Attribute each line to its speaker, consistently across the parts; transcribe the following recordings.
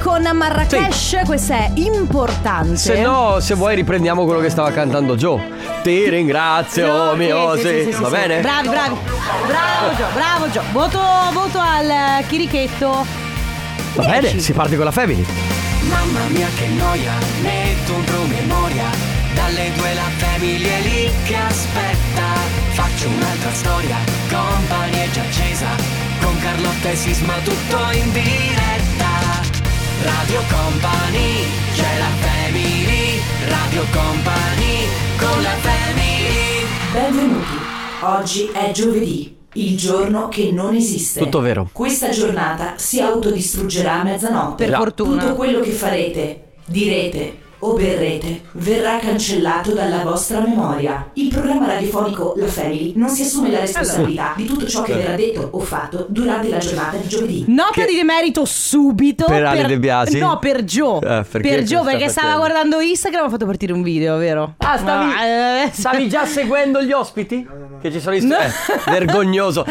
Speaker 1: con Marrakesh, questo è importante.
Speaker 2: Se no, se vuoi riprendiamo quello che stava cantando Joe. Ti ringrazio,
Speaker 1: No,
Speaker 2: mio, sì, va
Speaker 1: sì.
Speaker 2: bene?
Speaker 3: Bravi, bravi. Bravo Gio, bravo Gio. Voto, voto al eh, chirichetto.
Speaker 2: Va bene, si parte con la family.
Speaker 4: Mamma mia che noia, metto un promemoria Dalle due la famiglia è lì che aspetta Faccio un'altra storia, company è già accesa Con Carlotta e Sisma tutto in diretta Radio Company, c'è la family Radio Company, con la family
Speaker 5: Benvenuti. Oggi è giovedì, il giorno che non esiste.
Speaker 2: Tutto vero.
Speaker 5: Questa giornata si autodistruggerà a mezzanotte.
Speaker 3: Per
Speaker 2: Già.
Speaker 3: fortuna.
Speaker 5: Tutto quello che farete, direte o berrete verrà cancellato dalla vostra memoria. Il programma radiofonico La Family non si assume la responsabilità di tutto ciò che verrà detto o fatto durante la giornata di giovedì.
Speaker 3: Nota di demerito subito
Speaker 2: Per Ale De Biasi?
Speaker 3: No, per Gio.
Speaker 2: Eh, perché
Speaker 3: per Gio
Speaker 2: cosa
Speaker 3: perché
Speaker 2: sta
Speaker 3: stava
Speaker 2: facendo?
Speaker 3: guardando Instagram ha fatto partire un video, vero?
Speaker 2: Ah, stavi,
Speaker 3: Ma, eh,
Speaker 2: stavi già seguendo gli ospiti? Che ci sono i eh, vergognoso.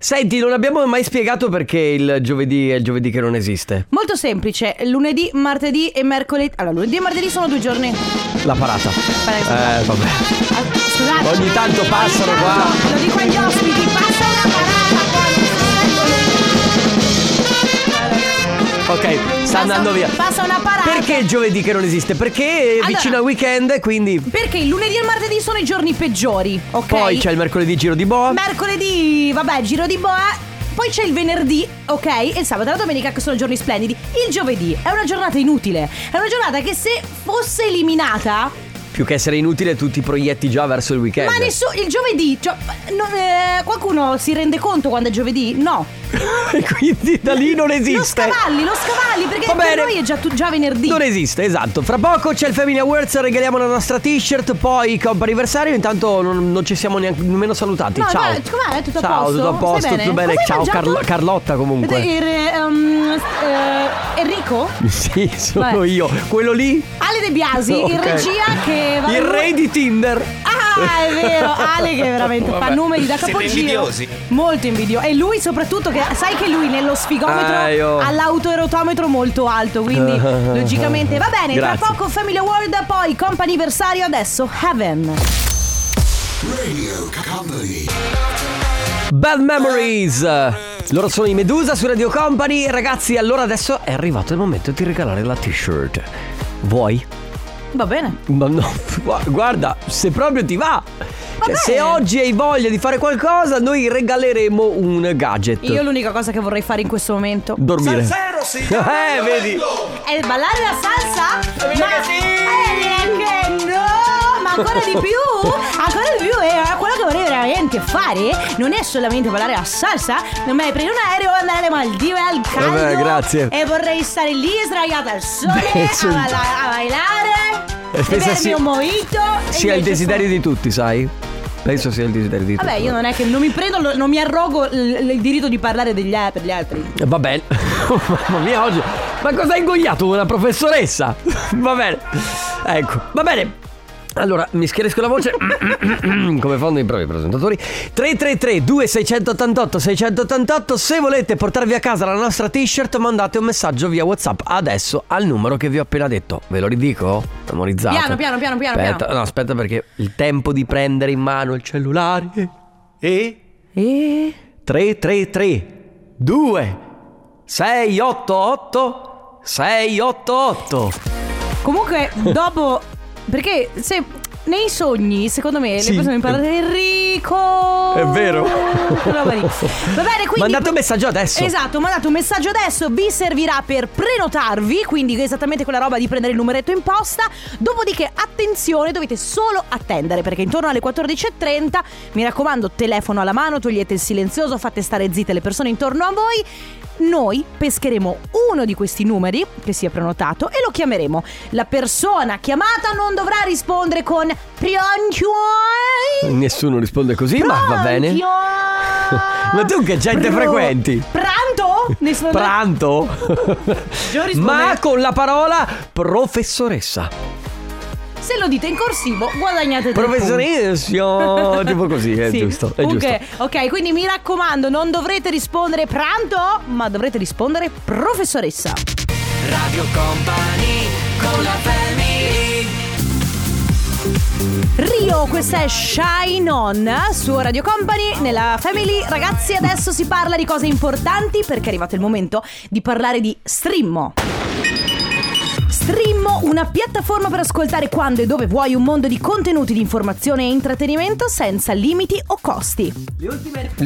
Speaker 2: Senti, non abbiamo mai spiegato perché il giovedì è il giovedì che non esiste.
Speaker 3: Molto semplice, lunedì, martedì e mercoledì. Allora, lunedì e martedì sono due giorni.
Speaker 2: La parata. Eh, vabbè.
Speaker 3: Ah, Scusate.
Speaker 2: Ogni tanto passano
Speaker 3: Ogni
Speaker 2: qua.
Speaker 3: tanto, Lo dico agli ospiti, passa una parata
Speaker 2: Ok, sta andando via.
Speaker 3: Passa una parata.
Speaker 2: Perché il giovedì che non esiste? Perché è
Speaker 3: Allora-
Speaker 2: vicino al weekend, quindi
Speaker 3: Perché il lunedì e il martedì sono i giorni peggiori, ok?
Speaker 2: poi c'è il mercoledì giro di boa.
Speaker 3: Mercoledì, vabbè, giro di boa. Poi c'è il venerdì, ok? E il sabato e la domenica che sono giorni splendidi. Il giovedì è una giornata inutile. È una giornata che se fosse eliminata,
Speaker 2: Più che essere inutile, tu ti proietti già verso il weekend.
Speaker 3: ma nessuno. Il giovedì, cioè, non- eh, qualcuno si rende conto quando è giovedì? No.
Speaker 2: E quindi da lì non
Speaker 3: Lo
Speaker 2: esiste.
Speaker 3: scavalli, lo scavalli, perché
Speaker 2: Va
Speaker 3: per
Speaker 2: bene.
Speaker 3: noi è già, tu- già venerdì.
Speaker 2: Non esiste, esatto. Fra poco c'è il Family Awards, regaliamo la nostra t-shirt, poi il comp anniversario. Intanto non, non ci siamo neanche, nemmeno salutati.
Speaker 3: No,
Speaker 2: Ciao.
Speaker 3: no, com'è? Tutto a
Speaker 2: Ciao,
Speaker 3: posto?
Speaker 2: tutto a
Speaker 3: Stai
Speaker 2: posto,
Speaker 3: bene?
Speaker 2: tutto bene.
Speaker 3: Cosa hai
Speaker 2: Ciao
Speaker 3: mangiato?
Speaker 2: Carlo- Carlotta comunque.
Speaker 3: Eh, eh, um, eh, Enrico?
Speaker 2: Sì, sono
Speaker 3: Vabbè.
Speaker 2: io. Quello lì?
Speaker 3: Ale De Biasi, in
Speaker 2: Ok.
Speaker 3: regia che va
Speaker 2: Il re di Tinder.
Speaker 3: Ah, è vero, Ale che veramente fa numeri da capogiro. Molto invidioso. E lui soprattutto che sai che lui nello sfigometro
Speaker 2: Ah, io-
Speaker 3: ha l'autoerotometro molto alto, quindi logicamente va bene. Tra
Speaker 2: Grazie.
Speaker 3: poco Family Award, poi comp'anniversario adesso Heaven.
Speaker 2: Bad Memories. Loro sono i Medusa su Radio Company. Ragazzi, allora adesso è arrivato il momento di regalare la t-shirt. Vuoi?
Speaker 3: Va bene.
Speaker 2: Ma no, gua- guarda, se proprio ti va. Cioè,
Speaker 3: bene.
Speaker 2: se oggi hai voglia di fare qualcosa, noi regaleremo un gadget.
Speaker 3: Io l'unica cosa che vorrei fare in questo momento
Speaker 2: Dormire. eh, vedi.
Speaker 3: è ballare la salsa. Ma Eh, che no! Ma ancora di più! Ancora di più! E quello che vorrei veramente fare non è solamente ballare la salsa, ma è prendere un aereo e andare alle Maldive al caldo.
Speaker 2: Vabbè, grazie.
Speaker 3: E vorrei stare lì sdraiata al sole
Speaker 2: Beh,
Speaker 3: a,
Speaker 2: insomma.
Speaker 3: balla- a bailare.
Speaker 2: Eh, pensa
Speaker 3: Bevermi
Speaker 2: sì-
Speaker 3: un mojito. e
Speaker 2: Sia il
Speaker 3: invece
Speaker 2: desiderio
Speaker 3: sono-
Speaker 2: di tutti, sai? Penso sia il desiderio di tutti.
Speaker 3: Vabbè, io non è che non mi prendo, lo- non mi arrogo il, il diritto di parlare degli, a- per gli altri.
Speaker 2: Eh, Va bene. Mamma mia, oggi. Ma cosa hai ingoiato? Una professoressa? Va bene. Ecco, va bene. Allora, mi schiarisco la voce come fanno i bravi presentatori. 333 2688 688 Se volete portarvi a casa la nostra t-shirt, mandate un messaggio via WhatsApp adesso al numero che vi ho appena detto. Ve lo ridico? Memorizzate.
Speaker 3: Piano, piano, piano, piano,
Speaker 2: Aspetta,
Speaker 3: piano.
Speaker 2: No, aspetta perché il tempo di prendere in mano il cellulare. E
Speaker 3: E
Speaker 2: 333 2 688 688
Speaker 3: Comunque, dopo. perché se. Nei sogni, secondo me,
Speaker 2: Sì.
Speaker 3: le persone imparano Enrico.
Speaker 2: È vero.
Speaker 3: Quella roba lì. Va bene, quindi.
Speaker 2: Mandate un messaggio adesso.
Speaker 3: Esatto, mandate un messaggio adesso, vi servirà per prenotarvi, quindi esattamente quella roba di prendere il numeretto in posta. Dopodiché, attenzione, dovete solo attendere perché intorno alle 14.30, mi raccomando, telefono alla mano, togliete il silenzioso, fate stare zitte le persone intorno a voi. Noi pescheremo uno di questi numeri che si è prenotato e lo chiameremo. La persona chiamata non dovrà rispondere con Pronto?
Speaker 2: Nessuno risponde così, ma va bene.
Speaker 3: Pronto?
Speaker 2: Ma tu che gente
Speaker 3: Pro-
Speaker 2: frequenti?
Speaker 3: Pranto? Nessuno-
Speaker 2: Pranto?
Speaker 3: Gio risponde-
Speaker 2: ma con la parola professoressa.
Speaker 3: Se lo dite in corsivo guadagnate tre
Speaker 2: Professoressa,
Speaker 3: punti.
Speaker 2: tipo così, è
Speaker 3: Sì.
Speaker 2: giusto, è
Speaker 3: Comunque,
Speaker 2: giusto.
Speaker 3: Ok, quindi mi raccomando, non dovrete rispondere pranto, ma dovrete rispondere professoressa.
Speaker 4: Radio Company con la family
Speaker 3: Rio, questa è Shine On eh, su Radio Company, nella Family. Ragazzi, adesso si parla di cose importanti perché è arrivato il momento di parlare di Strimmo. Strimmo, una piattaforma per ascoltare quando e dove vuoi un mondo di contenuti di informazione e intrattenimento senza limiti o costi.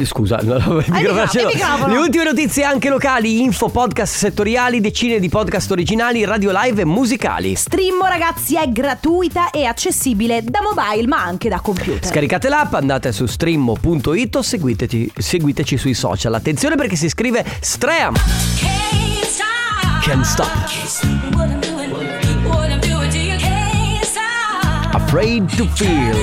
Speaker 2: Scusa, no, no, il microfono ce l'ho.
Speaker 3: il microfono.
Speaker 2: Le ultime notizie anche locali, info, podcast settoriali, decine di podcast originali, radio live e musicali.
Speaker 3: Strimmo, ragazzi, è gratuita e accessibile da mobile ma anche da computer.
Speaker 2: Eh. Scaricate l'app, andate su stream.it o seguiteci, seguiteci sui social. Attenzione perché si scrive Stream. Can't stop. Afraid to feel.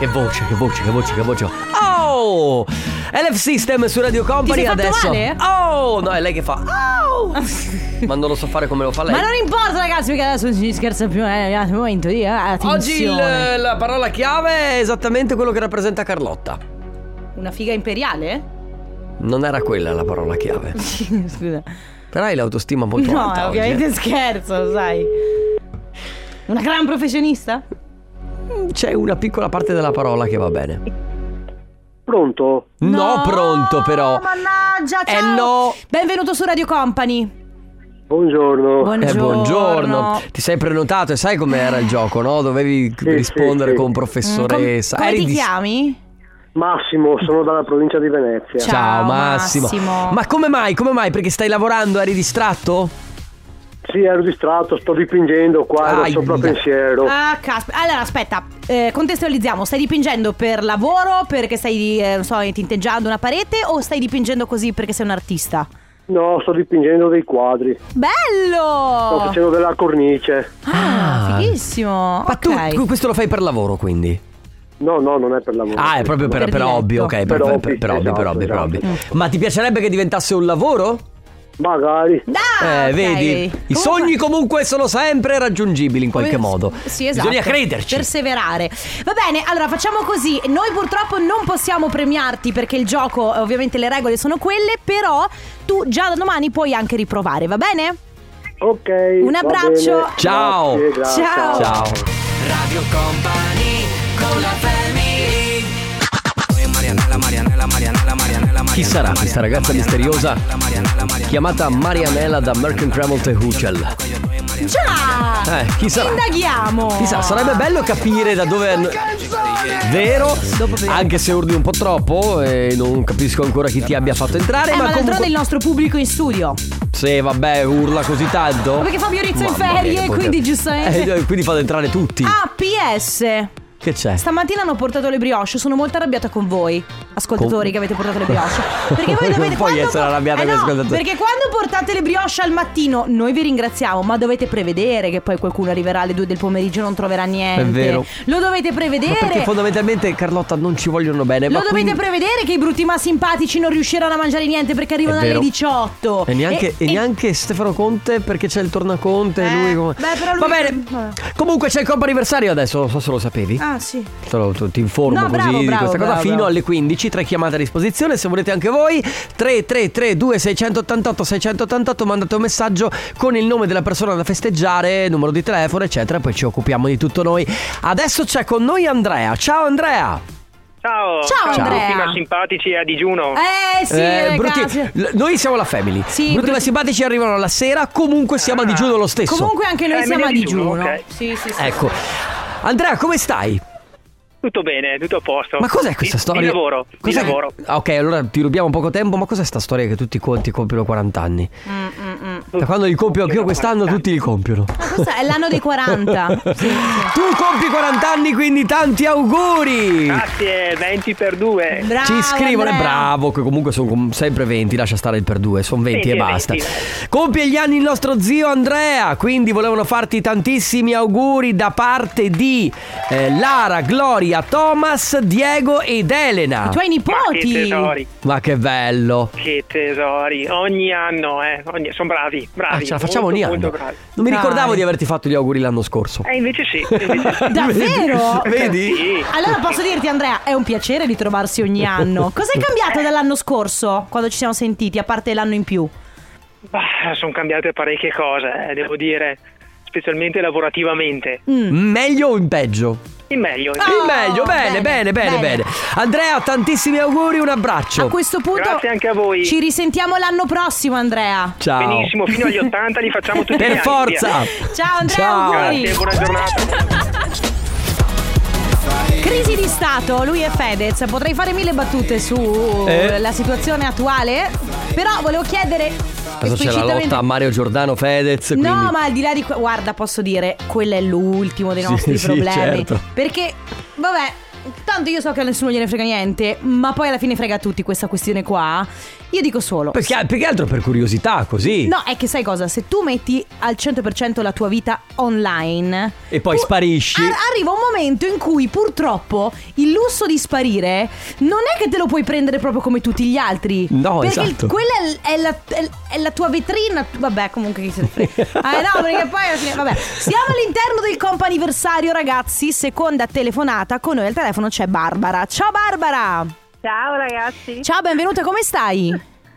Speaker 2: Che voce, che voce, che voce, che voce. Oh! LF System su Radio Company
Speaker 3: Ti sei fatto
Speaker 2: adesso.
Speaker 3: male?
Speaker 2: Oh! No, è lei che fa. Oh! Ma non lo so fare come lo fa lei.
Speaker 3: Ma non importa ragazzi perché adesso non si scherza più, è arrivato il momento di eh, attenzione.
Speaker 2: Oggi il- la parola chiave è esattamente quello che rappresenta Carlotta.
Speaker 3: Una figa imperiale?
Speaker 2: Non era quella la parola chiave.
Speaker 3: Scusa.
Speaker 2: Però hai l'autostima molto
Speaker 3: No,
Speaker 2: alta.
Speaker 3: è
Speaker 2: oggi, eh.
Speaker 3: ovviamente scherzo, sai. Una gran professionista?
Speaker 2: eh. C'è una piccola parte della parola che va bene.
Speaker 6: Pronto?
Speaker 2: No, pronto però.
Speaker 3: Mannaggia,
Speaker 2: Eh,
Speaker 3: ciao.
Speaker 2: no.
Speaker 3: Benvenuto su Radio Company.
Speaker 6: Buongiorno.
Speaker 2: Eh,
Speaker 3: Buongiorno.
Speaker 2: buongiorno, ti sei prenotato e sai com'era il gioco, no? Dovevi rispondere
Speaker 6: sì, sì.
Speaker 3: Mm,
Speaker 2: con
Speaker 3: com-
Speaker 2: professoressa.
Speaker 3: come
Speaker 2: Eri
Speaker 3: ti
Speaker 2: dis-
Speaker 3: chiami?
Speaker 6: Massimo, sono dalla provincia di Venezia.
Speaker 3: Ciao.
Speaker 2: Ciao Massimo.
Speaker 3: Massimo.
Speaker 2: Ma come mai? Come mai? Perché stai lavorando? Eri distratto?
Speaker 6: Sì, ero distratto, sto dipingendo qua, ero
Speaker 2: Aia.
Speaker 6: sopra pensiero.
Speaker 3: Ah, caspita. Allora, aspetta, eh, contestualizziamo. Stai dipingendo per lavoro, perché stai, eh, non so, tinteggiando una parete o stai dipingendo così perché sei un artista?
Speaker 6: No, sto dipingendo dei quadri. Sto
Speaker 2: Oh.
Speaker 3: Bello!
Speaker 6: facendo della cornice.
Speaker 3: Ah,
Speaker 2: Ah.
Speaker 3: fighissimo.
Speaker 2: Ma tu
Speaker 3: Ok.
Speaker 2: tu questo lo fai per lavoro quindi?
Speaker 6: No, no, non è per lavoro.
Speaker 2: Ah, è proprio per,
Speaker 3: Per
Speaker 2: per
Speaker 3: diletto.
Speaker 2: hobby, ok,
Speaker 6: Per
Speaker 2: per, per-
Speaker 6: hobby,
Speaker 2: per hobby, per
Speaker 6: esatto,
Speaker 2: hobby, per hobby.
Speaker 6: esatto.
Speaker 2: Ma ti piacerebbe che diventasse un lavoro?
Speaker 6: Magari.
Speaker 3: Ah,
Speaker 2: eh,
Speaker 3: ok.
Speaker 2: vedi, i
Speaker 3: Comunque-
Speaker 2: sogni comunque sono sempre raggiungibili in qualche modo.
Speaker 3: Sì, esatto.
Speaker 2: Bisogna crederci.
Speaker 3: Perseverare. Va bene, allora facciamo così. Noi purtroppo non possiamo premiarti perché il gioco, eh, ovviamente le regole sono quelle, però tu già da domani puoi anche riprovare, va bene?
Speaker 6: Ok.
Speaker 3: Un
Speaker 6: va
Speaker 3: abbraccio.
Speaker 6: bene.
Speaker 2: Ciao.
Speaker 6: Grazie, grazie.
Speaker 3: Ciao.
Speaker 2: Ciao.
Speaker 4: Oh. Radio Company con la family Marianella, Marianella, Marianella, Marianella,
Speaker 2: Chi sarà questa ragazza misteriosa chiamata Marianella da Merkin Tremelt e Huchel?
Speaker 3: Già!
Speaker 2: Eh, chi sarà?
Speaker 3: Indaghiamo! Eh,
Speaker 2: Chissà, sarebbe bello capire da dove... Vero? Anche se urli un po' troppo e non capisco ancora chi ti abbia fatto entrare,
Speaker 3: Eh, ma
Speaker 2: ma
Speaker 3: d'altronde
Speaker 2: comunque...
Speaker 3: il nostro pubblico in studio.
Speaker 2: Se vabbè, urla così tanto.
Speaker 3: Ma perché Fabio Rizzo è in
Speaker 2: Mamma mia,
Speaker 3: ferie,
Speaker 2: che porca-
Speaker 3: quindi giustamente-
Speaker 2: Eh, quindi fa entrare tutti.
Speaker 3: Ah, PS.
Speaker 2: Che c'è?
Speaker 3: Stamattina hanno portato le brioche, sono molto arrabbiata con voi, ascoltatori
Speaker 2: Con-
Speaker 3: che avete portato le brioche. Perché voi
Speaker 2: Non
Speaker 3: dovete
Speaker 2: puoi
Speaker 3: quando-
Speaker 2: essere arrabbiata
Speaker 3: Eh
Speaker 2: con gli
Speaker 3: no,
Speaker 2: ascoltatori.
Speaker 3: Perché quando portate le brioche al mattino, noi vi ringraziamo, ma dovete prevedere che poi qualcuno arriverà alle 2 del pomeriggio e non troverà niente.
Speaker 2: È vero.
Speaker 3: Lo dovete prevedere.
Speaker 2: Ma perché fondamentalmente Carlotta non ci vogliono bene.
Speaker 3: Lo
Speaker 2: ma
Speaker 3: dovete
Speaker 2: quindi-
Speaker 3: prevedere che i brutti ma simpatici non riusciranno a mangiare niente perché arrivano
Speaker 2: È vero.
Speaker 3: alle 18.
Speaker 2: E neanche, e neanche Stefano Conte perché c'è il tornaconte.
Speaker 3: Eh,
Speaker 2: lui come...
Speaker 3: beh, però lui-
Speaker 2: Va bene.
Speaker 3: vabbè.
Speaker 2: Comunque c'è il compo anniversario adesso. Non so se lo sapevi.
Speaker 3: Ah, sì.
Speaker 2: Te lo- te- ti informo
Speaker 3: No,
Speaker 2: così
Speaker 3: bravo,
Speaker 2: di
Speaker 3: bravo,
Speaker 2: questa cosa.
Speaker 3: bravo,
Speaker 2: Fino
Speaker 3: bravo.
Speaker 2: alle 15. Tre chiamate a disposizione. Se volete anche voi. 333 2688 688. Mandate un messaggio con il nome della persona da festeggiare, numero di telefono, eccetera. Poi ci occupiamo di tutto noi. Adesso c'è con noi Andrea. Ciao, Andrea.
Speaker 7: Ciao,
Speaker 3: Ciao, Andrea.
Speaker 7: tutti ma simpatici e a digiuno.
Speaker 3: Eh, sì,
Speaker 2: Eh,
Speaker 3: eh,
Speaker 2: brutti-
Speaker 3: grazie.
Speaker 2: l- noi siamo la family.
Speaker 3: Sì,
Speaker 2: brutti
Speaker 3: brutti- Ah,
Speaker 2: ma simpatici arrivano la sera. Comunque siamo a digiuno lo stesso.
Speaker 3: Comunque anche noi
Speaker 7: Eh,
Speaker 3: siamo a
Speaker 7: media digiuno,
Speaker 3: digiuno.
Speaker 7: ok.
Speaker 3: Sì, sì, sì.
Speaker 2: Ecco. Andrea, come stai?
Speaker 7: Tutto bene, tutto a posto.
Speaker 2: Ma cos'è questa
Speaker 7: Di-
Speaker 2: storia?
Speaker 7: Di lavoro, di
Speaker 2: Cos'è che-
Speaker 7: lavoro.
Speaker 2: Ah, ok, allora ti rubiamo poco tempo, ma cos'è sta storia che tutti quanti compiono 40 anni? Da quando li compio anch'io quest'anno tutti li compiono.
Speaker 3: Ma questo è l'anno dei 40. Sì, sì.
Speaker 2: Tu compi 40 anni, quindi tanti auguri!
Speaker 7: Grazie, 20 per 2.
Speaker 3: Bravo,
Speaker 2: Ci scrivono, è
Speaker 3: Andrea.
Speaker 2: bravo, che comunque sono com- sempre 20, lascia stare il per due, sono 20
Speaker 7: Sì,
Speaker 2: e
Speaker 7: sì,
Speaker 2: basta.
Speaker 7: 20.
Speaker 2: Compie gli anni il nostro zio Andrea, quindi volevano farti tantissimi auguri da parte di eh, Lara, Gloria, Thomas, Diego ed Elena.
Speaker 3: I tuoi
Speaker 7: Ma che
Speaker 3: nipoti.
Speaker 7: tesori,
Speaker 2: Ma che bello!
Speaker 7: che tesori. Ogni anno, eh. ogni- Sono bravi,
Speaker 2: Ah,
Speaker 7: bravi.
Speaker 2: ce la facciamo
Speaker 7: molto,
Speaker 2: ogni anno.
Speaker 7: Molto bravi.
Speaker 2: Non mi
Speaker 3: Dai.
Speaker 2: ricordavo di averti fatto gli auguri l'anno scorso.
Speaker 7: Eh, invece sì. Invece sì.
Speaker 3: Davvero?
Speaker 2: Vedi?
Speaker 7: Sì.
Speaker 3: Allora posso dirti Andrea, è un piacere ritrovarsi ogni anno. Cos'è cambiato dall'anno scorso quando ci siamo sentiti, a parte l'anno in più?
Speaker 7: Bah, sono cambiate parecchie cose, eh, devo dire, specialmente lavorativamente.
Speaker 2: Meglio o in peggio?
Speaker 7: In meglio. in-
Speaker 2: in meglio, bene,
Speaker 3: bene,
Speaker 2: bene, bene,
Speaker 3: bene.
Speaker 2: bene. Andrea, tantissimi auguri, un abbraccio.
Speaker 3: A questo punto
Speaker 7: Grazie anche a voi.
Speaker 3: ci risentiamo l'anno prossimo, Andrea.
Speaker 2: Ah, Ciao.
Speaker 7: Benissimo, fino agli 80 li facciamo tutti gli
Speaker 2: Per
Speaker 7: anni,
Speaker 2: forza.
Speaker 3: Ciao Andrea,
Speaker 2: Ciao.
Speaker 3: auguri.
Speaker 7: via. Grazie, buona giornata.
Speaker 3: Crisi di Stato, lui è Fedez. Potrei fare mille battute sulla
Speaker 2: Eh?
Speaker 3: situazione attuale, però volevo chiedere
Speaker 2: Adesso c'è la
Speaker 3: esplicitamente-
Speaker 2: lotta a Mario Giordano Fedez, quindi
Speaker 3: No, ma al di là di que- guarda, posso dire, quello è l'ultimo dei
Speaker 2: Sì,
Speaker 3: nostri
Speaker 2: sì,
Speaker 3: problemi.
Speaker 2: certo.
Speaker 3: Perché, vabbè, tanto io so che a nessuno gliene frega niente, ma poi alla fine frega a tutti questa questione qua. Io dico solo.
Speaker 2: perché, più che altro per curiosità, così.
Speaker 3: No, è che sai cosa? Se tu metti al 100% la tua vita online
Speaker 2: E poi sparisci.
Speaker 3: ar- arriva un momento in cui purtroppo il lusso di sparire non è che te lo puoi prendere proprio come tutti gli altri.
Speaker 2: No,
Speaker 3: perché
Speaker 2: esatto.
Speaker 3: quella è, l- è la, è l- è la tua vetrina. Vabbè, comunque chi se ne frega. Ah, no, perché poi alla fine- vabbè. Siamo all'interno del comp'anniversario, ragazzi. Seconda telefonata. Con noi al telefono c'è Barbara. Ciao Barbara!
Speaker 8: Ciao ragazzi,
Speaker 3: Ciao, benvenuta, come stai?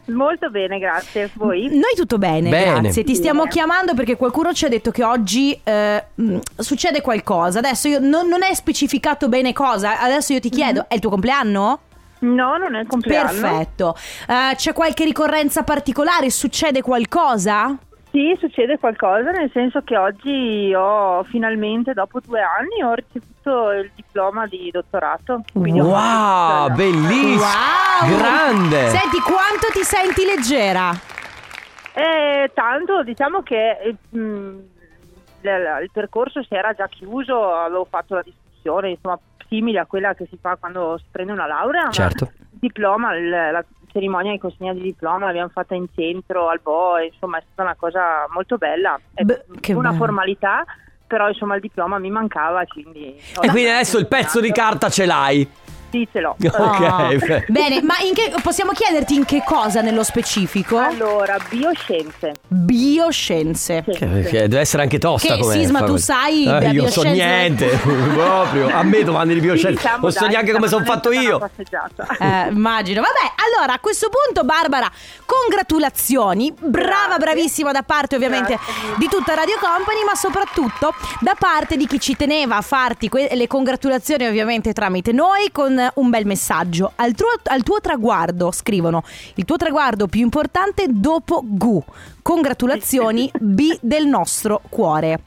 Speaker 8: molto bene, grazie. Voi?
Speaker 3: Noi tutto bene,
Speaker 2: Bene.
Speaker 3: grazie. Ti stiamo chiamando perché qualcuno ci ha detto che oggi eh, mh, succede qualcosa. Adesso io non, non è specificato bene cosa. Adesso io ti chiedo, è il tuo compleanno?
Speaker 8: No, non è il Mhm. compleanno.
Speaker 3: Perfetto. Eh, c'è qualche ricorrenza particolare? Succede qualcosa?
Speaker 8: Sì, succede qualcosa, nel senso che oggi ho finalmente, dopo due anni, ho ricevuto il diploma di dottorato. Quindi ho
Speaker 2: Wow,
Speaker 8: fatto-
Speaker 2: bellissimo.
Speaker 3: Wow!
Speaker 2: Grande.
Speaker 3: Senti, quanto ti senti leggera?
Speaker 8: Eh, tanto, diciamo che eh, mh, la- la- il percorso si era già chiuso, avevo fatto la discussione, insomma, simile a quella che si fa quando si prende una laurea. ma
Speaker 2: Certo.
Speaker 8: il diploma, il- la cerimonia di consegna di diploma l'abbiamo fatta in centro al BOE, insomma è stata una cosa molto bella, è
Speaker 3: Beh, che
Speaker 8: una
Speaker 3: bello.
Speaker 8: formalità, però insomma il diploma mi mancava, quindi... ho
Speaker 2: E quindi
Speaker 8: dato-
Speaker 2: adesso il pezzo di carta ce l'hai.
Speaker 8: Sì, ce l'ho.
Speaker 2: Ok,
Speaker 3: Oh.
Speaker 2: beh.
Speaker 3: Bene, ma in che- possiamo chiederti in che cosa nello specifico?
Speaker 8: Allora, bioscienze.
Speaker 3: Bioscienze.
Speaker 8: Sì,
Speaker 2: Che-
Speaker 8: sì.
Speaker 2: che deve essere anche tosta
Speaker 3: Che,
Speaker 2: come
Speaker 3: Sisma,
Speaker 2: fa-
Speaker 3: tu sai
Speaker 2: Eh,
Speaker 3: della
Speaker 2: Io so
Speaker 3: bioscienza?
Speaker 2: niente Proprio A me domande di
Speaker 8: Sì,
Speaker 2: bioscienza
Speaker 8: diciamo,
Speaker 2: Non so
Speaker 8: dai,
Speaker 2: neanche come sono
Speaker 8: diciamo,
Speaker 2: fatto
Speaker 8: è stata
Speaker 2: io
Speaker 8: una passeggiata.
Speaker 3: Eh, immagino. Vabbè, allora a questo punto, Barbara, congratulazioni. Brava,
Speaker 8: Grazie.
Speaker 3: bravissima da parte ovviamente
Speaker 8: Grazie mille.
Speaker 3: di tutta Radio Company, ma soprattutto da parte di chi ci teneva a farti que- le congratulazioni ovviamente tramite noi con un bel messaggio. Al tuo, al tuo traguardo, scrivono, il tuo traguardo più importante dopo Gu. Congratulazioni B del nostro cuore.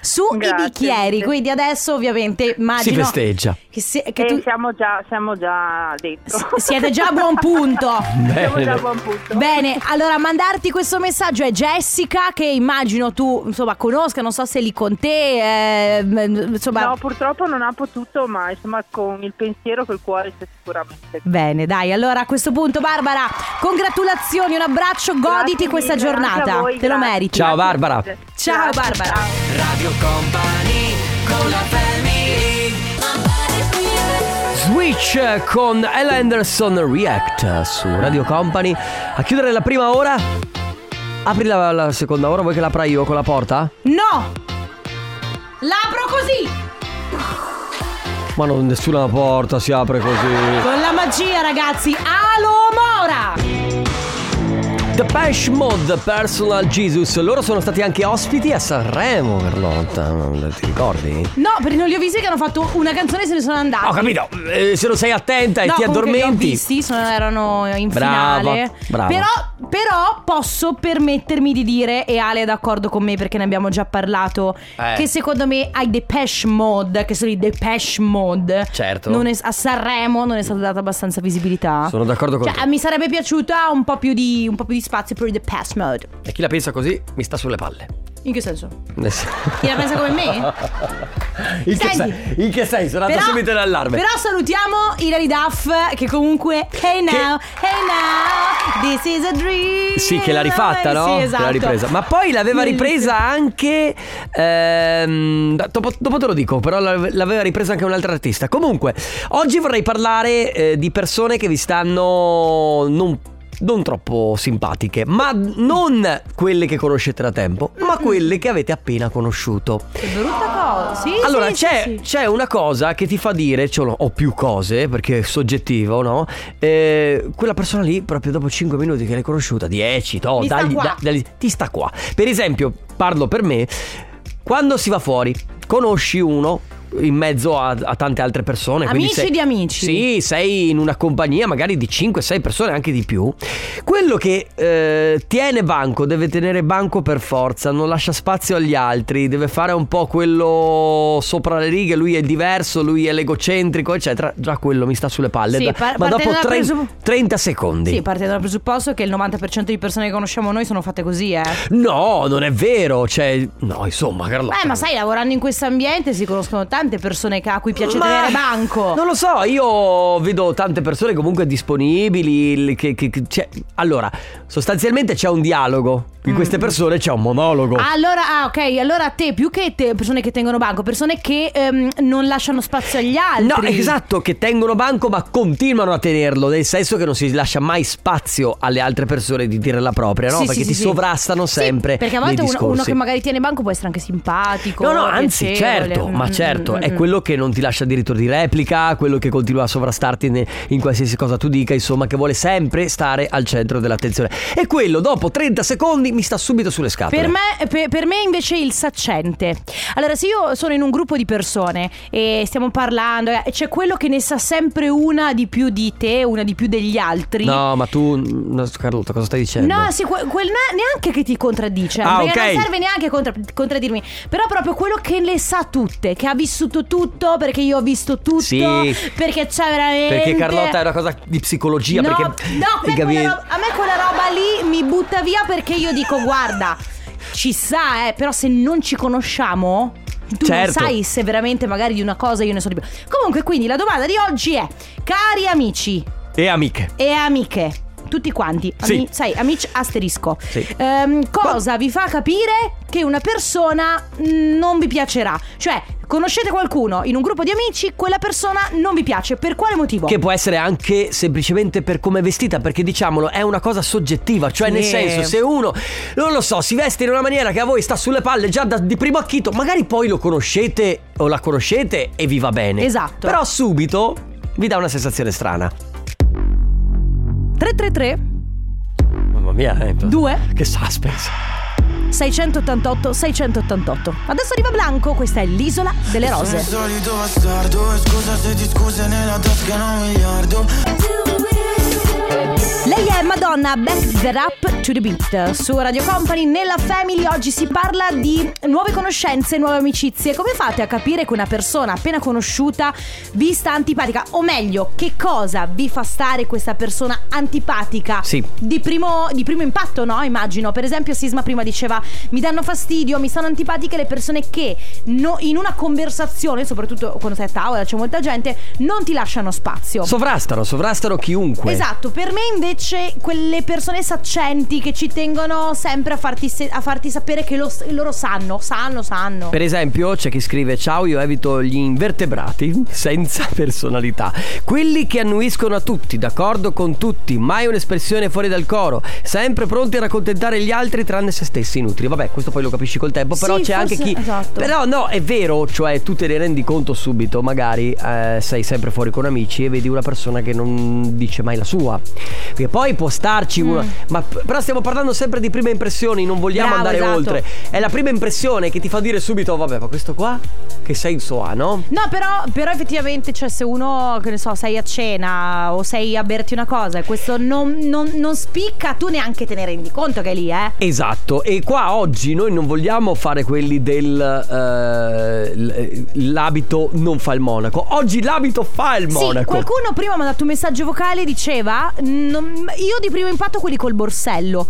Speaker 3: Su i
Speaker 8: Grazie
Speaker 3: bicchieri,
Speaker 8: mille.
Speaker 3: quindi adesso ovviamente
Speaker 2: Si
Speaker 3: immagino
Speaker 2: festeggia
Speaker 3: che, se- che
Speaker 8: E
Speaker 3: tu
Speaker 8: Eh, siamo, già, siamo già dentro.
Speaker 3: S- siete già a buon punto.
Speaker 8: siamo già
Speaker 2: Bene
Speaker 8: a buon punto.
Speaker 3: Bene, allora a mandarti questo messaggio è Jessica che immagino tu insomma conosca, non so se lì con te, eh, m- insomma...
Speaker 8: No, purtroppo non ha potuto, ma insomma con il pensiero col cuore c'è sicuramente.
Speaker 3: Bene, dai, allora a questo punto Barbara, congratulazioni, un abbraccio, goditi
Speaker 8: Grazie
Speaker 3: questa
Speaker 8: mille, anche
Speaker 3: giornata,
Speaker 8: a voi,
Speaker 3: te lo
Speaker 8: grazie.
Speaker 3: meriti.
Speaker 2: Ciao Barbara
Speaker 3: Ciao Barbara.
Speaker 4: Radio Company con la family
Speaker 2: Switch con Ella Anderson React Su Radio Company A chiudere la prima ora Apri la, la seconda ora Vuoi che l'apra io con la porta?
Speaker 3: No! L'apro così!
Speaker 2: Ma non nessuna porta si apre così
Speaker 3: Con la magia ragazzi, Alo Mora!
Speaker 2: The Pesh Mod Personal Jesus Loro sono stati anche ospiti a Sanremo Carlotta Non Ti ricordi?
Speaker 3: No, perché non li ho visti che hanno fatto una canzone e se ne sono andati.
Speaker 2: Ho capito, eh, se non sei attenta e
Speaker 3: No,
Speaker 2: ti
Speaker 3: comunque li ho
Speaker 2: addormenti.
Speaker 3: visti, sono, erano in
Speaker 2: Brava,
Speaker 3: finale.
Speaker 2: brava.
Speaker 3: Però, però posso permettermi di dire, e Ale è d'accordo con me perché ne abbiamo già parlato,
Speaker 2: Eh.
Speaker 3: che secondo me ai Depeche Mode, che sono i Depeche Mode,
Speaker 2: Certo.
Speaker 3: non è- a Sanremo non è stata data abbastanza visibilità.
Speaker 2: Sono d'accordo con
Speaker 3: Cioè,
Speaker 2: te.
Speaker 3: mi sarebbe piaciuta un po' più di, un po' più di spazio per i Depeche Mode.
Speaker 2: E chi la pensa così mi sta sulle palle.
Speaker 3: In che senso?
Speaker 2: Nel sen-
Speaker 3: Chi la pensa come me?
Speaker 2: in, Eh che
Speaker 3: Senti.
Speaker 2: sen- in che senso? È andato
Speaker 3: Però-
Speaker 2: subito l'allarme.
Speaker 3: Però salutiamo Hilary Duff che comunque Hey now,
Speaker 2: Che-
Speaker 3: hey now, this is a dream
Speaker 2: Sì, che l'ha rifatta, no?
Speaker 3: Sì,
Speaker 2: Che
Speaker 3: esatto
Speaker 2: L'ha ripresa. Ma poi l'aveva
Speaker 3: Bellissimo.
Speaker 2: ripresa anche. ehm, da- dopo, dopo te lo dico, però l'ave- l'aveva ripresa anche un'altra artista. Comunque, oggi vorrei parlare eh, di persone che vi stanno non non troppo simpatiche, ma non quelle che conoscete da tempo, ma
Speaker 3: Mm.
Speaker 2: quelle che avete appena conosciuto.
Speaker 3: Che brutta cosa. Sì,
Speaker 2: Allora
Speaker 3: sì, sì,
Speaker 2: c'è,
Speaker 3: sì.
Speaker 2: c'è una cosa che ti fa dire, cioè, ho più cose perché è soggettivo, no? Eh, quella persona lì, proprio dopo 5 minuti che l'hai conosciuta, 10, to,
Speaker 3: Mi sta
Speaker 2: dagli-
Speaker 3: qua.
Speaker 2: da- dagli- ti sta qua. Per esempio, parlo per me, quando si va fuori, conosci uno in mezzo a, a tante altre persone. quindi
Speaker 3: Amici
Speaker 2: sei-
Speaker 3: di amici.
Speaker 2: Sì, sei in una compagnia magari di 5-6 persone, anche di più. Quello che eh, tiene banco deve tenere banco per forza, non lascia spazio agli altri, deve fare un po' quello sopra le righe, lui è diverso, lui è l'egocentrico, eccetera. Già quello mi sta sulle palle.
Speaker 3: Sì,
Speaker 2: da-
Speaker 3: par-
Speaker 2: ma
Speaker 3: partendo
Speaker 2: dopo
Speaker 3: dal
Speaker 2: tre-
Speaker 3: presupp-
Speaker 2: 30 secondi.
Speaker 3: Sì, partendo dal presupposto che il 90% di persone che conosciamo noi sono fatte così, eh.
Speaker 2: No, non è vero, cioè... No, insomma, Carlotta.
Speaker 3: Beh, Eh, ma sai, lavorando in questo ambiente si conoscono tante persone che- a cui piace
Speaker 2: Ma-
Speaker 3: tenere banco.
Speaker 2: Non lo so, io vedo tante persone comunque disponibili. il- che- che- che- c'è- allora, sostanzialmente c'è un dialogo. In queste persone c'è un monologo.
Speaker 3: Allora, Mm. ah, ok, allora te più che te, persone che tengono banco, persone che ehm, non lasciano spazio agli altri.
Speaker 2: No, esatto, che tengono banco ma continuano a tenerlo, nel senso che non si lascia mai spazio alle altre persone di dire la propria, no?
Speaker 3: Sì,
Speaker 2: perché
Speaker 3: sì,
Speaker 2: ti
Speaker 3: sì, sì.
Speaker 2: sovrastano
Speaker 3: Sì,
Speaker 2: sempre.
Speaker 3: perché a volte
Speaker 2: nei
Speaker 3: uno, uno
Speaker 2: discorsi.
Speaker 3: che magari tiene banco può essere anche simpatico.
Speaker 2: No, no, anzi,
Speaker 3: piacevole.
Speaker 2: certo, ma
Speaker 3: Mm,
Speaker 2: certo,
Speaker 3: mm,
Speaker 2: è
Speaker 3: mm.
Speaker 2: quello che non ti lascia diritto di replica, quello che continua a sovrastarti ne- in qualsiasi cosa tu dica, insomma, che vuole sempre stare al centro dell'attenzione. E quello, dopo 30 secondi, mi sta subito sulle scatole.
Speaker 3: Per me, per, per me invece il saccente. Allora, se io sono in un gruppo di persone e stiamo parlando, eh, c'è quello che ne sa sempre una di più di te, una di più degli altri.
Speaker 2: No, ma tu, mm, no, Carlotta, cosa stai dicendo?
Speaker 3: No, sì, que- quel ne- neanche che ti contraddice.
Speaker 2: Ah,
Speaker 3: perché
Speaker 2: ok.
Speaker 3: non serve neanche contra- contraddirmi. Però proprio quello che le sa tutte, che ha vissuto tutto, perché io ho visto tutto.
Speaker 2: Sì.
Speaker 3: Perché c'è veramente.
Speaker 2: Perché Carlotta è una cosa di psicologia,
Speaker 3: No,
Speaker 2: perché
Speaker 3: no, a me
Speaker 2: Hai
Speaker 3: quella
Speaker 2: capito?
Speaker 3: roba- a me quella roba lì mi butta via perché io dico guarda, ci sa, eh, però se non ci conosciamo tu
Speaker 2: Certo.
Speaker 3: non sai se veramente magari di una cosa io ne so di più. Comunque, quindi la domanda di oggi è: cari amici
Speaker 2: E amiche.
Speaker 3: e amiche, tutti quanti, ami-
Speaker 2: Sì.
Speaker 3: sai, amici asterisco,
Speaker 2: Sì.
Speaker 3: ehm, cosa vi fa capire che una persona mh, non vi piacerà? Cioè, conoscete qualcuno in un gruppo di amici, quella persona non vi piace, per quale motivo?
Speaker 2: Che può essere anche semplicemente per come è vestita, perché diciamolo, è una cosa soggettiva, cioè nel
Speaker 3: Sì.
Speaker 2: senso se uno, non lo so, si veste in una maniera che a voi sta sulle palle già da- di primo acchito, magari poi lo conoscete o la conoscete e vi va bene.
Speaker 3: Esatto.
Speaker 2: Però subito vi dà una sensazione strana.
Speaker 3: 333
Speaker 2: Mamma mia, eh.
Speaker 3: Due.
Speaker 2: Che suspense.
Speaker 3: 688 688 Adesso arriva Blanco, questa è l'isola delle rose
Speaker 9: solito bastardo E scusa se ti scuse nella tasca non un miliardo
Speaker 3: Lei è Madonna, back that up to the beat Su Radio Company, nella Family oggi si parla di nuove conoscenze, nuove amicizie Come fate a capire che una persona appena conosciuta vi sta antipatica? O meglio, che cosa vi fa stare questa persona antipatica?
Speaker 2: Sì.
Speaker 3: Di primo, di primo impatto, no? Immagino. Per esempio, Sisma prima diceva: Mi danno fastidio, mi stanno antipatiche le persone che no- in una conversazione, soprattutto quando sei a tavola, c'è molta gente, non ti lasciano spazio.
Speaker 2: Sovrastano, sovrastano chiunque.
Speaker 3: Esatto, per me invece quelle persone saccenti che ci tengono sempre a farti, se- a farti sapere che lo- loro sanno, sanno, sanno.
Speaker 2: Per esempio c'è chi scrive ciao io evito gli invertebrati senza personalità, quelli che annuiscono a tutti, d'accordo con tutti, mai un'espressione fuori dal coro, sempre pronti a raccontentare gli altri tranne se stessi inutili. Vabbè questo poi lo capisci col tempo, però
Speaker 3: Sì,
Speaker 2: c'è
Speaker 3: forse-
Speaker 2: anche chi...
Speaker 3: esatto.
Speaker 2: Però no, è vero, cioè tu te ne rendi conto subito, magari eh, sei sempre fuori con amici e vedi una persona che non dice mai la sua, perché poi può starci
Speaker 3: Mm.
Speaker 2: una... Ma però stiamo parlando sempre di prime impressioni, non vogliamo
Speaker 3: Bravo,
Speaker 2: andare
Speaker 3: esatto.
Speaker 2: oltre. È la prima impressione che ti fa dire subito, vabbè, ma questo qua che senso ha, no?
Speaker 3: No, però, però effettivamente, cioè, se uno, che ne so, sei a cena o sei a berti una cosa e questo non, non- non spicca, tu neanche te ne rendi conto che è lì, eh.
Speaker 2: Esatto, e qua oggi noi non vogliamo fare quelli del eh, l- l'abito non fa il monaco. Oggi l'abito fa il
Speaker 3: Sì,
Speaker 2: monaco.
Speaker 3: qualcuno prima mi ha dato un messaggio vocale e diceva: "Non- Io di primo impatto quelli col borsello.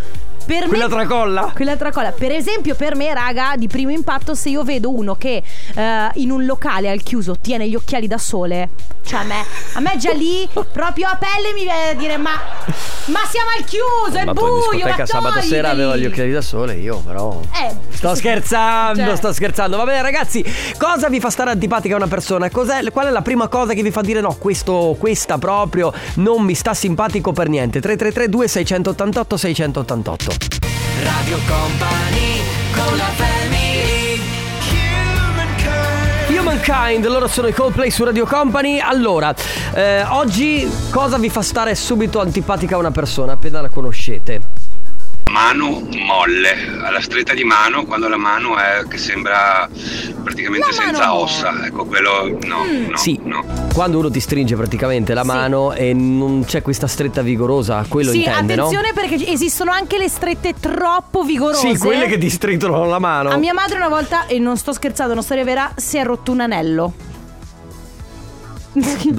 Speaker 3: Per me-
Speaker 2: Quella tracolla.
Speaker 3: Quell'altra cosa, per esempio, per me, raga, di primo impatto, se io vedo uno che eh, in un locale al chiuso tiene gli occhiali da sole, cioè a me, a me già lì, proprio a pelle mi viene a dire: Ma, ma siamo al chiuso, è
Speaker 2: Ma poi in
Speaker 3: buio, ma
Speaker 2: discoteca sabato sera
Speaker 3: toglili!"
Speaker 2: avevo gli occhiali da sole, io però.
Speaker 3: Eh,
Speaker 2: Sto
Speaker 3: sì,
Speaker 2: scherzando,
Speaker 3: cioè.
Speaker 2: sto scherzando. Va bene, ragazzi, cosa vi fa stare antipatica una persona? Cos'è, qual è la prima cosa che vi fa dire no? Questo, questa proprio non mi sta simpatico per niente. 3332 688 688.
Speaker 4: Radio Company con la family Humankind
Speaker 2: Humankind, loro sono i Coldplay su Radio Company. Allora, eh, oggi cosa vi fa stare subito antipatica una persona appena la conoscete?
Speaker 10: Mano molle, alla stretta di mano, quando la mano è che sembra praticamente
Speaker 3: La mano
Speaker 10: senza
Speaker 3: molle. Mm.
Speaker 10: ossa, ecco quello no, no,
Speaker 2: Sì,
Speaker 10: no.
Speaker 2: quando uno ti stringe praticamente la mano e non c'è questa stretta vigorosa, quello
Speaker 3: sì,
Speaker 2: intende, no?
Speaker 3: attenzione perché esistono anche le strette troppo vigorose. eh.
Speaker 2: Sì, quelle che ti stritolano la mano.
Speaker 3: A mia madre una volta, e non sto scherzando, una storia vera, si è rotto un anello.
Speaker 2: Beh,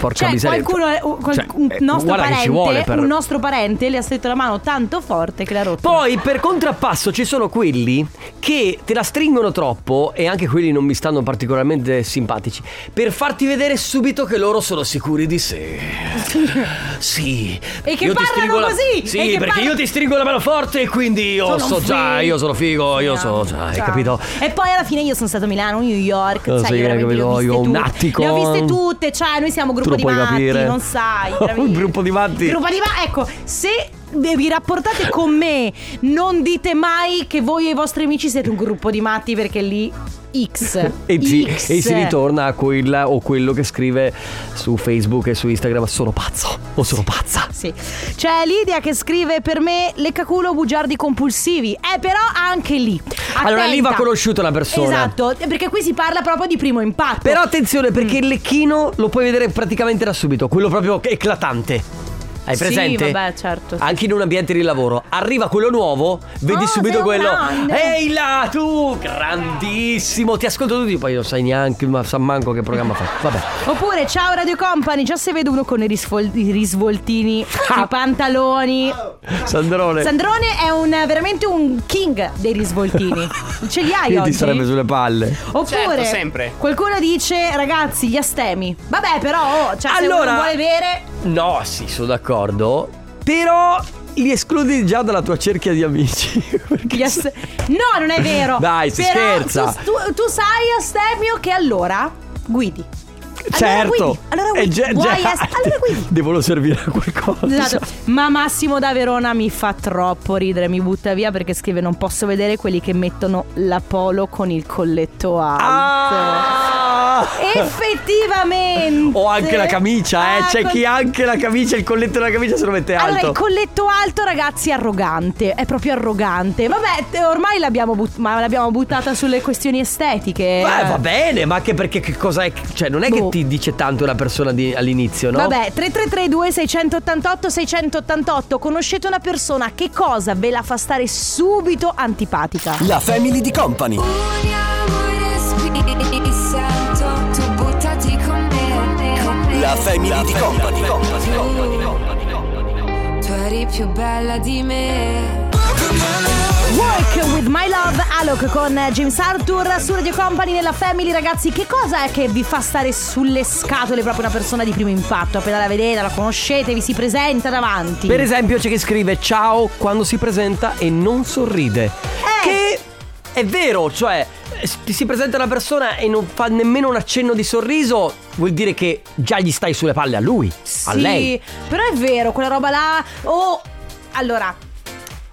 Speaker 2: porca
Speaker 3: Cioè,
Speaker 2: miseria.
Speaker 3: qualcuno, un- qual-
Speaker 2: Cioè,
Speaker 3: un,
Speaker 2: eh,
Speaker 3: nostro
Speaker 2: guarda che
Speaker 3: parente,
Speaker 2: ci vuole per-
Speaker 3: un nostro parente le ha stretto la mano tanto forte che l'ha rotta.
Speaker 2: Poi per contrappasso ci sono quelli che te la stringono troppo e anche quelli non mi stanno particolarmente simpatici per farti vedere subito che loro sono sicuri di sé. Sì.
Speaker 3: E che
Speaker 2: io ti
Speaker 3: parlano
Speaker 2: stringo la-
Speaker 3: così,
Speaker 2: Sì,
Speaker 3: e che
Speaker 2: perché
Speaker 3: parla-
Speaker 2: io ti stringo la mano forte e quindi io
Speaker 3: Sono
Speaker 2: so
Speaker 3: un
Speaker 2: già,
Speaker 3: figo.
Speaker 2: io sono figo, io so già, hai
Speaker 3: Cioè.
Speaker 2: capito?
Speaker 3: E poi alla fine io sono stato a Milano, New York,
Speaker 2: Eh,
Speaker 3: sai,
Speaker 2: sì,
Speaker 3: io veramente
Speaker 2: capito,
Speaker 3: le ho viste
Speaker 2: io ho un
Speaker 3: tutte.
Speaker 2: attico.
Speaker 3: Le ho viste tutte, cioè noi siamo un
Speaker 2: Tu
Speaker 3: gruppo
Speaker 2: lo
Speaker 3: di
Speaker 2: puoi
Speaker 3: matti,
Speaker 2: capire.
Speaker 3: non sai.
Speaker 2: Un
Speaker 3: veramente.
Speaker 2: gruppo di matti.
Speaker 3: Gruppo di matti, ecco, se vi rapportate con me, non dite mai che voi e i vostri amici siete un gruppo di matti perché lì X.
Speaker 2: E, si-
Speaker 3: X.
Speaker 2: e si ritorna a quella o quello che scrive su Facebook e su Instagram sono pazzo o sono pazza.
Speaker 3: Sì. C'è Lidia che scrive per me leccaculo bugiardi compulsivi. Eh, però anche lì.
Speaker 2: Allora, lì
Speaker 3: attenta.
Speaker 2: va conosciuta la persona.
Speaker 3: Esatto, eh, perché qui si parla proprio di primo impatto.
Speaker 2: Però attenzione perché il lecchino lo puoi vedere praticamente da subito, quello proprio eclatante. Hai
Speaker 3: Sì,
Speaker 2: presente?
Speaker 3: vabbè, certo.
Speaker 2: Anche in un ambiente di lavoro. Arriva quello nuovo, vedi
Speaker 3: Oh,
Speaker 2: subito
Speaker 3: sei un
Speaker 2: quello.
Speaker 3: grande.
Speaker 2: Ehi là, tu, grandissimo, ti ascolto tutti, poi non sai neanche, ma sa manco che programma fai. Vabbè.
Speaker 3: Oppure ciao Radio Company, già se vedo uno con i, risfol- i risvoltini,
Speaker 2: Ah.
Speaker 3: i pantaloni.
Speaker 2: Sandrone.
Speaker 3: Sandrone è un, veramente un king dei risvoltini. Ce li hai
Speaker 2: Io
Speaker 3: oggi?
Speaker 2: ti sarebbe sulle palle.
Speaker 3: Oppure
Speaker 11: Certo, sempre.
Speaker 3: qualcuno dice ragazzi gli astemi. Vabbè però oh, cioè, se uno
Speaker 2: Allora-
Speaker 3: non vuole bere
Speaker 2: No, sì, sono d'accordo. Però li escludi già dalla tua cerchia di amici. Perché
Speaker 3: Gli aste- No, non è vero.
Speaker 2: Dai, si
Speaker 3: Però
Speaker 2: scherza.
Speaker 3: Tu, tu- tu sai, Astemio, che allora guidi. Allora
Speaker 2: certo.
Speaker 3: guidi, Allora
Speaker 2: Eh,
Speaker 3: guidi.
Speaker 2: già-
Speaker 3: Vuoi
Speaker 2: già-
Speaker 3: as- allora guidi.
Speaker 2: Devono servire a qualcosa.
Speaker 3: Esatto. Ma Massimo da Verona mi fa troppo ridere, mi butta via perché scrive non posso vedere quelli che mettono la polo con il colletto alto.
Speaker 2: Ah!
Speaker 3: Effettivamente.
Speaker 2: O anche la camicia, eh.
Speaker 3: Ah,
Speaker 2: C'è
Speaker 3: col-
Speaker 2: chi ha anche la camicia, il colletto della camicia se lo mette alto.
Speaker 3: Allora, il colletto alto, ragazzi, è arrogante. È proprio arrogante. Vabbè, te- ormai l'abbiamo, but- ma l'abbiamo buttata sulle questioni estetiche.
Speaker 2: Beh, Eh, va bene, ma anche perché che cosa è? Cioè, non è che
Speaker 3: Eh. Boh.
Speaker 2: ti dice tanto una persona di- all'inizio, no?
Speaker 3: Vabbè, 3332 688 688 Conoscete una persona, che cosa ve la fa stare subito antipatica?
Speaker 12: La family di company. La family di company.
Speaker 13: Tu eri più bella di me.
Speaker 3: Work with my love, Alok con James Arthur su Radio Company nella Family. Ragazzi, che cosa è che vi fa stare sulle scatole proprio una persona di primo impatto? Appena la vedete, la conoscete, vi si presenta davanti.
Speaker 2: Per esempio, c'è chi scrive ciao quando si presenta e non sorride.
Speaker 3: Eh.
Speaker 2: Che è vero, cioè, eh, ti si presenta una persona e non fa nemmeno un accenno di sorriso, vuol dire che già gli stai sulle palle a lui, a
Speaker 3: sì,
Speaker 2: lei.
Speaker 3: però è vero, quella roba là. Oh, allora,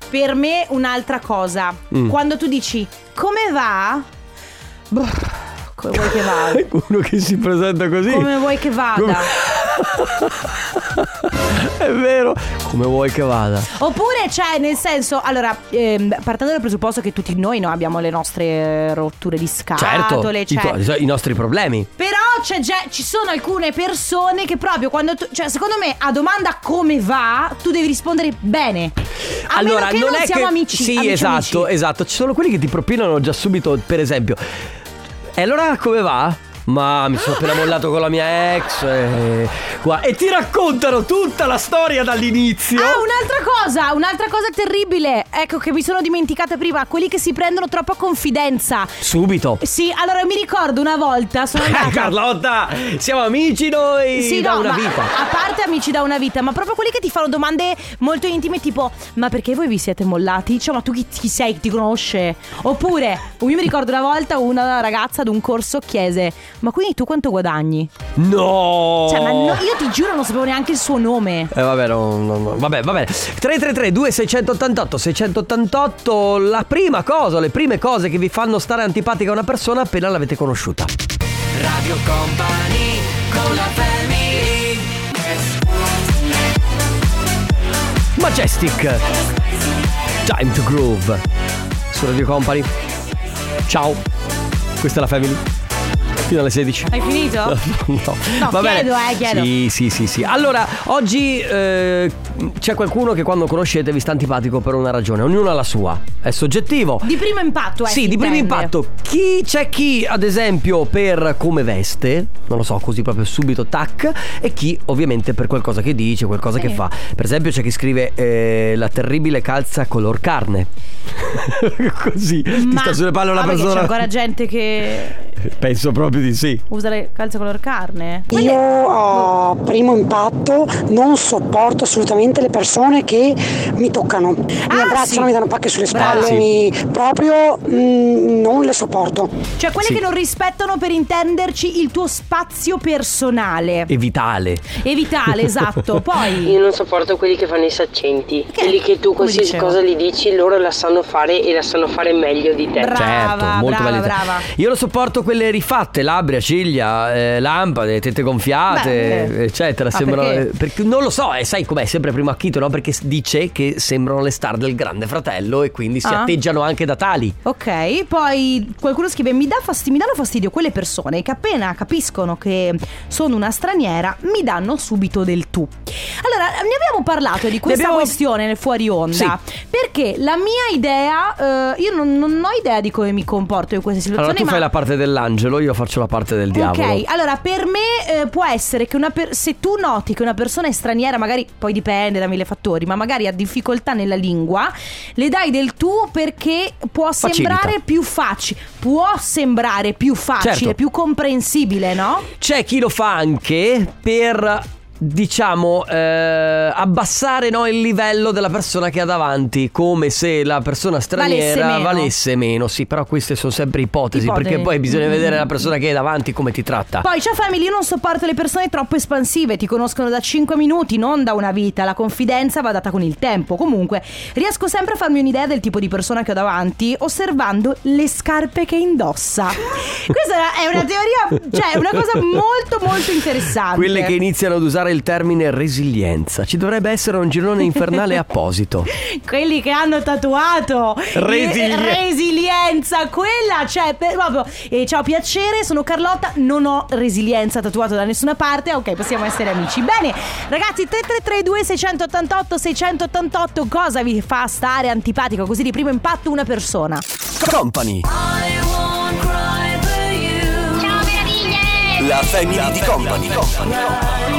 Speaker 3: per me un'altra cosa.
Speaker 2: Mm.
Speaker 3: Quando tu dici come va? Brr, come vuoi che vada?
Speaker 2: Uno che si presenta così.
Speaker 3: Come vuoi che vada?
Speaker 2: È vero. Come vuoi che vada?
Speaker 3: Oppure, cioè, nel senso, allora, ehm, partendo dal presupposto che tutti noi no, abbiamo le nostre eh, rotture di
Speaker 2: Certo,
Speaker 3: scatole,
Speaker 2: i,
Speaker 3: cioè,
Speaker 2: tuoi- i nostri problemi.
Speaker 3: Però c'è già- ci sono alcune persone che proprio quando tu. Cioè, secondo me, a domanda come va, tu devi rispondere bene. A meno che non, siamo amici.
Speaker 2: Sì,
Speaker 3: amici,
Speaker 2: esatto,
Speaker 3: amici.
Speaker 2: esatto. Ci sono quelli che ti propinano già subito, per esempio. E allora come va? Ma mi sono appena mollato con la mia ex. e qua e ti raccontano tutta la storia dall'inizio.
Speaker 3: Ah, un'altra cosa, un'altra cosa terribile. Ecco che mi sono dimenticata prima, quelli che si prendono troppa confidenza.
Speaker 2: Subito.
Speaker 3: Sì, allora mi ricordo una volta sono andata
Speaker 2: Eh, Carlotta, siamo amici noi
Speaker 3: sì,
Speaker 2: da
Speaker 3: no,
Speaker 2: una
Speaker 3: ma
Speaker 2: vita.
Speaker 3: A parte amici da una vita, ma proprio quelli che ti fanno domande molto intime, tipo: Ma perché voi vi siete mollati? Cioè, ma tu chi, chi sei? Chi ti conosce? Oppure, io mi ricordo una volta una ragazza ad un corso chiese: Ma quindi tu quanto guadagni?
Speaker 2: No!
Speaker 3: eh, Cioè, ma no- io ti giuro, non sapevo neanche il suo nome.
Speaker 2: Eh vabbè, no, no, no. vabbè, vabbè. 333 2688 688 la prima cosa, le prime cose che vi fanno stare antipatica una persona appena l'avete conosciuta.
Speaker 4: Radio Company con la family.
Speaker 2: Majestic. Time to groove. Su Radio Company. Ciao. Questa è la Family. Fino alle 16.
Speaker 3: Hai finito?
Speaker 2: No, no.
Speaker 3: No,
Speaker 2: Va bene.
Speaker 3: chiedo, eh, chiedo.
Speaker 2: Sì, sì, sì, sì. Allora, oggi eh, c'è qualcuno che quando conoscete vi sta antipatico per una ragione, ognuno ha la sua. È soggettivo.
Speaker 3: Di primo impatto, eh.
Speaker 2: Sì,
Speaker 3: si
Speaker 2: di primo
Speaker 3: intende.
Speaker 2: impatto. Chi c'è chi, ad esempio, per come veste, non lo so, così proprio subito tac, e chi ovviamente per qualcosa che dice, qualcosa che fa. Per esempio c'è chi scrive eh, la terribile calza color carne. così. Ti sta sulle palle una
Speaker 3: Ah, perché
Speaker 2: persona.
Speaker 3: C'è ancora gente che
Speaker 2: Penso proprio di sì.
Speaker 3: usa le calze color carne.
Speaker 11: Io a Oh, primo impatto non sopporto assolutamente le persone che mi toccano, mi
Speaker 3: Ah,
Speaker 11: abbracciano, mi danno pacche sulle spalle,
Speaker 2: Brava.
Speaker 11: mi- proprio mm, non le sopporto.
Speaker 3: Cioè, quelle
Speaker 2: Sì.
Speaker 3: che non rispettano, per intenderci, il tuo spazio personale.
Speaker 2: È vitale.
Speaker 3: È vitale, esatto. Poi.
Speaker 14: Io non sopporto quelli che fanno i saccenti. Quelli che tu qualsiasi
Speaker 3: dicevo.
Speaker 14: cosa gli dici, loro la sanno fare e la sanno fare meglio di te.
Speaker 2: certo, molto bella idea. Io lo sopporto quelle rifatte, labbra, ciglia, eh, lampade, tette gonfiate,
Speaker 14: Beh, eh.
Speaker 2: eccetera.
Speaker 14: Ah,
Speaker 2: sembrano.
Speaker 14: perché?
Speaker 2: eh, perché- non lo so, eh, sai com'è, sempre primo acchito, no? Perché s- dice che sembrano le star del grande fratello e quindi si
Speaker 3: Ah.
Speaker 2: atteggiano anche da tali.
Speaker 3: Ok, poi qualcuno scrive: Mi, dà fasti- mi danno fastidio quelle persone che appena capiscono che sono una straniera mi danno subito del tu. Allora, ne abbiamo parlato di questa
Speaker 2: abbiamo-
Speaker 3: questione nel fuori onda. Perché la mia idea, eh, io non, non ho idea di come mi comporto in queste situazioni.
Speaker 2: Allora tu
Speaker 3: ma...
Speaker 2: fai la parte dell'angelo, io faccio la parte del diavolo.
Speaker 3: Ok, allora per me eh, può essere che una per- se tu noti che una persona è straniera, magari poi dipende da mille fattori, ma magari ha difficoltà nella lingua, le dai del tuo perché può
Speaker 2: Facilita.
Speaker 3: sembrare più facile, può sembrare più facile,
Speaker 2: Certo.
Speaker 3: più comprensibile, no?
Speaker 2: C'è chi lo fa anche per diciamo eh, abbassare no, il livello della persona che ha davanti come se la persona straniera
Speaker 3: Valesse meno.
Speaker 2: meno. sì però queste sono sempre ipotesi,
Speaker 3: Ipotesi.
Speaker 2: perché poi bisogna
Speaker 3: Mm.
Speaker 2: vedere la persona che è davanti come ti tratta
Speaker 3: Poi ciao family, io non sopporto le persone troppo espansive, ti conoscono da 5 minuti, non da una vita, la confidenza va data con il tempo. Comunque, riesco sempre a farmi un'idea del tipo di persona che ho davanti osservando le scarpe che indossa. Questa è una teoria, cioè è una cosa molto molto interessante.
Speaker 2: quelle che iniziano ad usare il termine resilienza ci dovrebbe essere un girone infernale apposito
Speaker 3: Quelli che hanno tatuato
Speaker 2: Resili-
Speaker 3: Eh, resilienza, quella c'è per- proprio. Eh, ciao, piacere, sono Carlotta. Non ho resilienza tatuato da nessuna parte. Ok, possiamo essere amici. Bene, ragazzi, 3332 688 688. Cosa vi fa stare antipatico così di primo impatto una persona?
Speaker 12: Company.
Speaker 4: Ciao meraviglie!
Speaker 12: La family di company.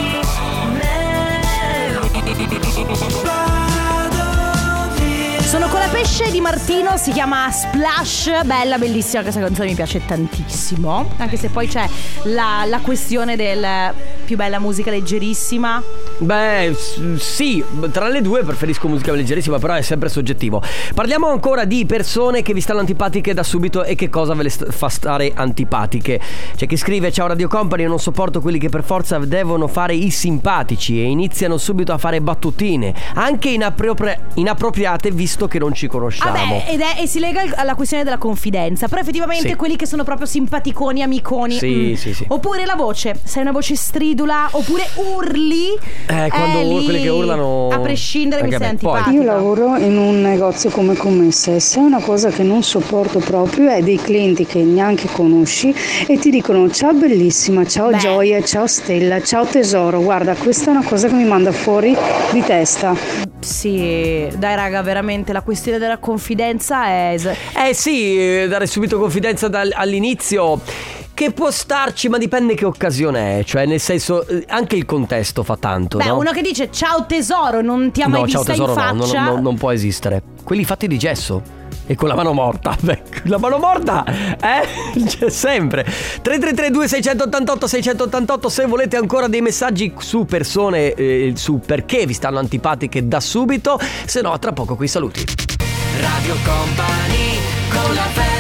Speaker 3: Sono con la pesce di Martino, si chiama Splash, bella, bellissima, questa canzone mi piace tantissimo, anche se poi c'è la, la questione del più bella musica leggerissima.
Speaker 2: Beh, s- sì, tra le due preferisco musica leggerissima, però è sempre soggettivo. Parliamo ancora di persone che vi stanno antipatiche da subito e che cosa ve le st- fa stare antipatiche. C'è chi scrive: Ciao Radio Company, non sopporto quelli che per forza devono fare i simpatici e iniziano subito a fare battutine, anche inappropri- inappropriate visto che non ci conosciamo.
Speaker 3: Vabbè, ed è, e si lega al- alla questione della confidenza, però effettivamente
Speaker 2: Sì.
Speaker 3: quelli che sono proprio simpaticoni, amiconi. mm.
Speaker 2: Sì, sì, sì.
Speaker 3: Oppure la voce, se hai una voce stridula, oppure urli.
Speaker 2: Eh, quando
Speaker 3: eh,
Speaker 2: ur-
Speaker 3: lì,
Speaker 2: quelli che urlano-
Speaker 3: A prescindere mi
Speaker 2: Anche
Speaker 3: sei
Speaker 2: a me. Poi-
Speaker 15: Io
Speaker 3: antipatica.
Speaker 15: lavoro in un negozio come commessa e se una cosa che non sopporto proprio è dei clienti che neanche conosci e ti dicono ciao bellissima, ciao gioia, ciao stella, ciao tesoro, guarda questa è una cosa che mi manda fuori di testa.
Speaker 3: Sì, dai raga, veramente la questione della confidenza è...
Speaker 2: Ecco, Eh sì, eh, dare subito confidenza dal- all'inizio. Che può starci, ma dipende che occasione è. Cioè, nel senso, eh, anche il contesto fa tanto.
Speaker 3: Beh,
Speaker 2: no?
Speaker 3: uno che dice ciao tesoro, non ti ha mai
Speaker 2: no, ciao
Speaker 3: vista
Speaker 2: tesoro,
Speaker 3: in
Speaker 2: no, no,
Speaker 3: faccia.
Speaker 2: no, non può esistere. Quelli fatti di gesso. E con la mano morta, beh, con la mano morta, eh? C'è sempre. 3332 688 688 se volete ancora dei messaggi su persone, eh, su perché vi stanno antipatiche da subito, se no tra poco qui saluti.
Speaker 4: Radio Company con la family.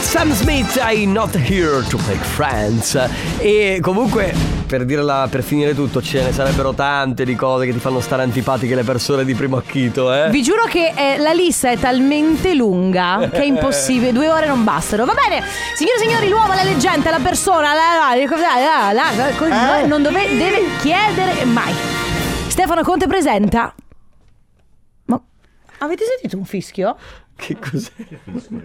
Speaker 2: Sam Smith, I'm not here to play friends. E comunque, per dirla, per finire tutto, ce ne sarebbero tante di cose che ti fanno stare antipatiche le persone di primo acchito, eh?
Speaker 3: Vi giuro che eh, la lista è talmente lunga che è impossibile, due ore non bastano. Va bene, signore e signori, l'uomo, la leggenda, la persona, la, la, la, la, la- co- no, non dove- deve chiedere mai. Stefano Conte presenta. Ma avete sentito un fischio?
Speaker 2: Che cos'è?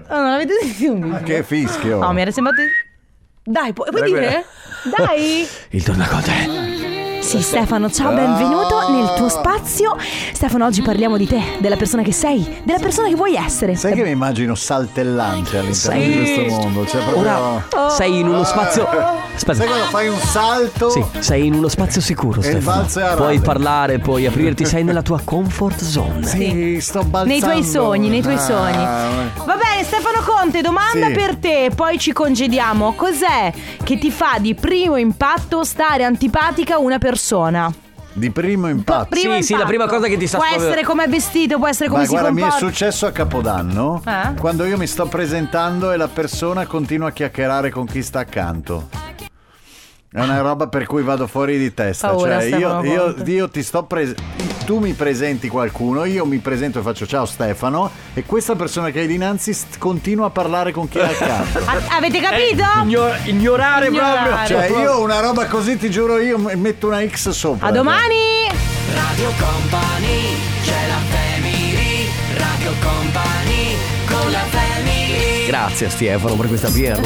Speaker 3: Oh, non avete sentito un fischio?
Speaker 16: Che fischio.
Speaker 3: No, mi era sembrato. Dai, pu- puoi
Speaker 16: Dai,
Speaker 3: dire? Dai.
Speaker 2: Il tornaconte.
Speaker 3: Sì, Stefano, ciao, benvenuto nel tuo spazio. Stefano, oggi parliamo di te, della persona che sei, della persona che vuoi essere.
Speaker 16: Sai che mi immagino saltellante all'interno
Speaker 3: Sì.
Speaker 16: di questo mondo? Cioè
Speaker 2: Oh.
Speaker 16: proprio...
Speaker 2: Ora sei in uno spazio. Aspetta.
Speaker 16: Sai quando fai un salto?
Speaker 2: Sì, sei in uno spazio sicuro,
Speaker 16: E
Speaker 2: Stefano.
Speaker 16: balzo e arrabbio.
Speaker 2: Puoi parlare, puoi aprirti, sei nella tua comfort zone.
Speaker 16: Sì, sto balzando.
Speaker 3: Nei tuoi sogni, nei tuoi
Speaker 16: Ah,
Speaker 3: sogni.
Speaker 16: vabbè.
Speaker 3: Va bene, Stefano Conte, domanda
Speaker 16: Sì.
Speaker 3: per te, poi ci congediamo. Cos'è che ti fa di primo impatto stare antipatica una persona?
Speaker 16: Di primo impatto.
Speaker 3: Primo
Speaker 2: sì, la
Speaker 3: impatto.
Speaker 2: prima cosa che ti sta
Speaker 3: Può
Speaker 2: spaventando.
Speaker 3: essere come è vestito, può essere come
Speaker 16: Ma
Speaker 3: si
Speaker 16: guarda, mi è
Speaker 3: comporta.
Speaker 16: successo a Capodanno Cioè,
Speaker 3: Eh?
Speaker 16: quando io mi sto presentando e la persona continua a chiacchierare con chi sta accanto. È una roba per cui vado fuori di testa.
Speaker 3: Paura,
Speaker 16: cioè, io,
Speaker 3: Stefano
Speaker 16: io-
Speaker 3: Conte.
Speaker 16: io ti sto pres- Tu mi presenti qualcuno, io mi presento e faccio ciao Stefano, e questa persona che hai dinanzi st- continua a parlare con chi è accanto.
Speaker 3: A- avete capito?
Speaker 2: ignorare,
Speaker 3: Ignorare.
Speaker 16: Cioè, io una roba così, ti giuro, io m- metto una X sopra.
Speaker 3: A domani!
Speaker 4: Radio Company, c'è la family. Radio Company con la family.
Speaker 2: Grazie Stefano per questa birra.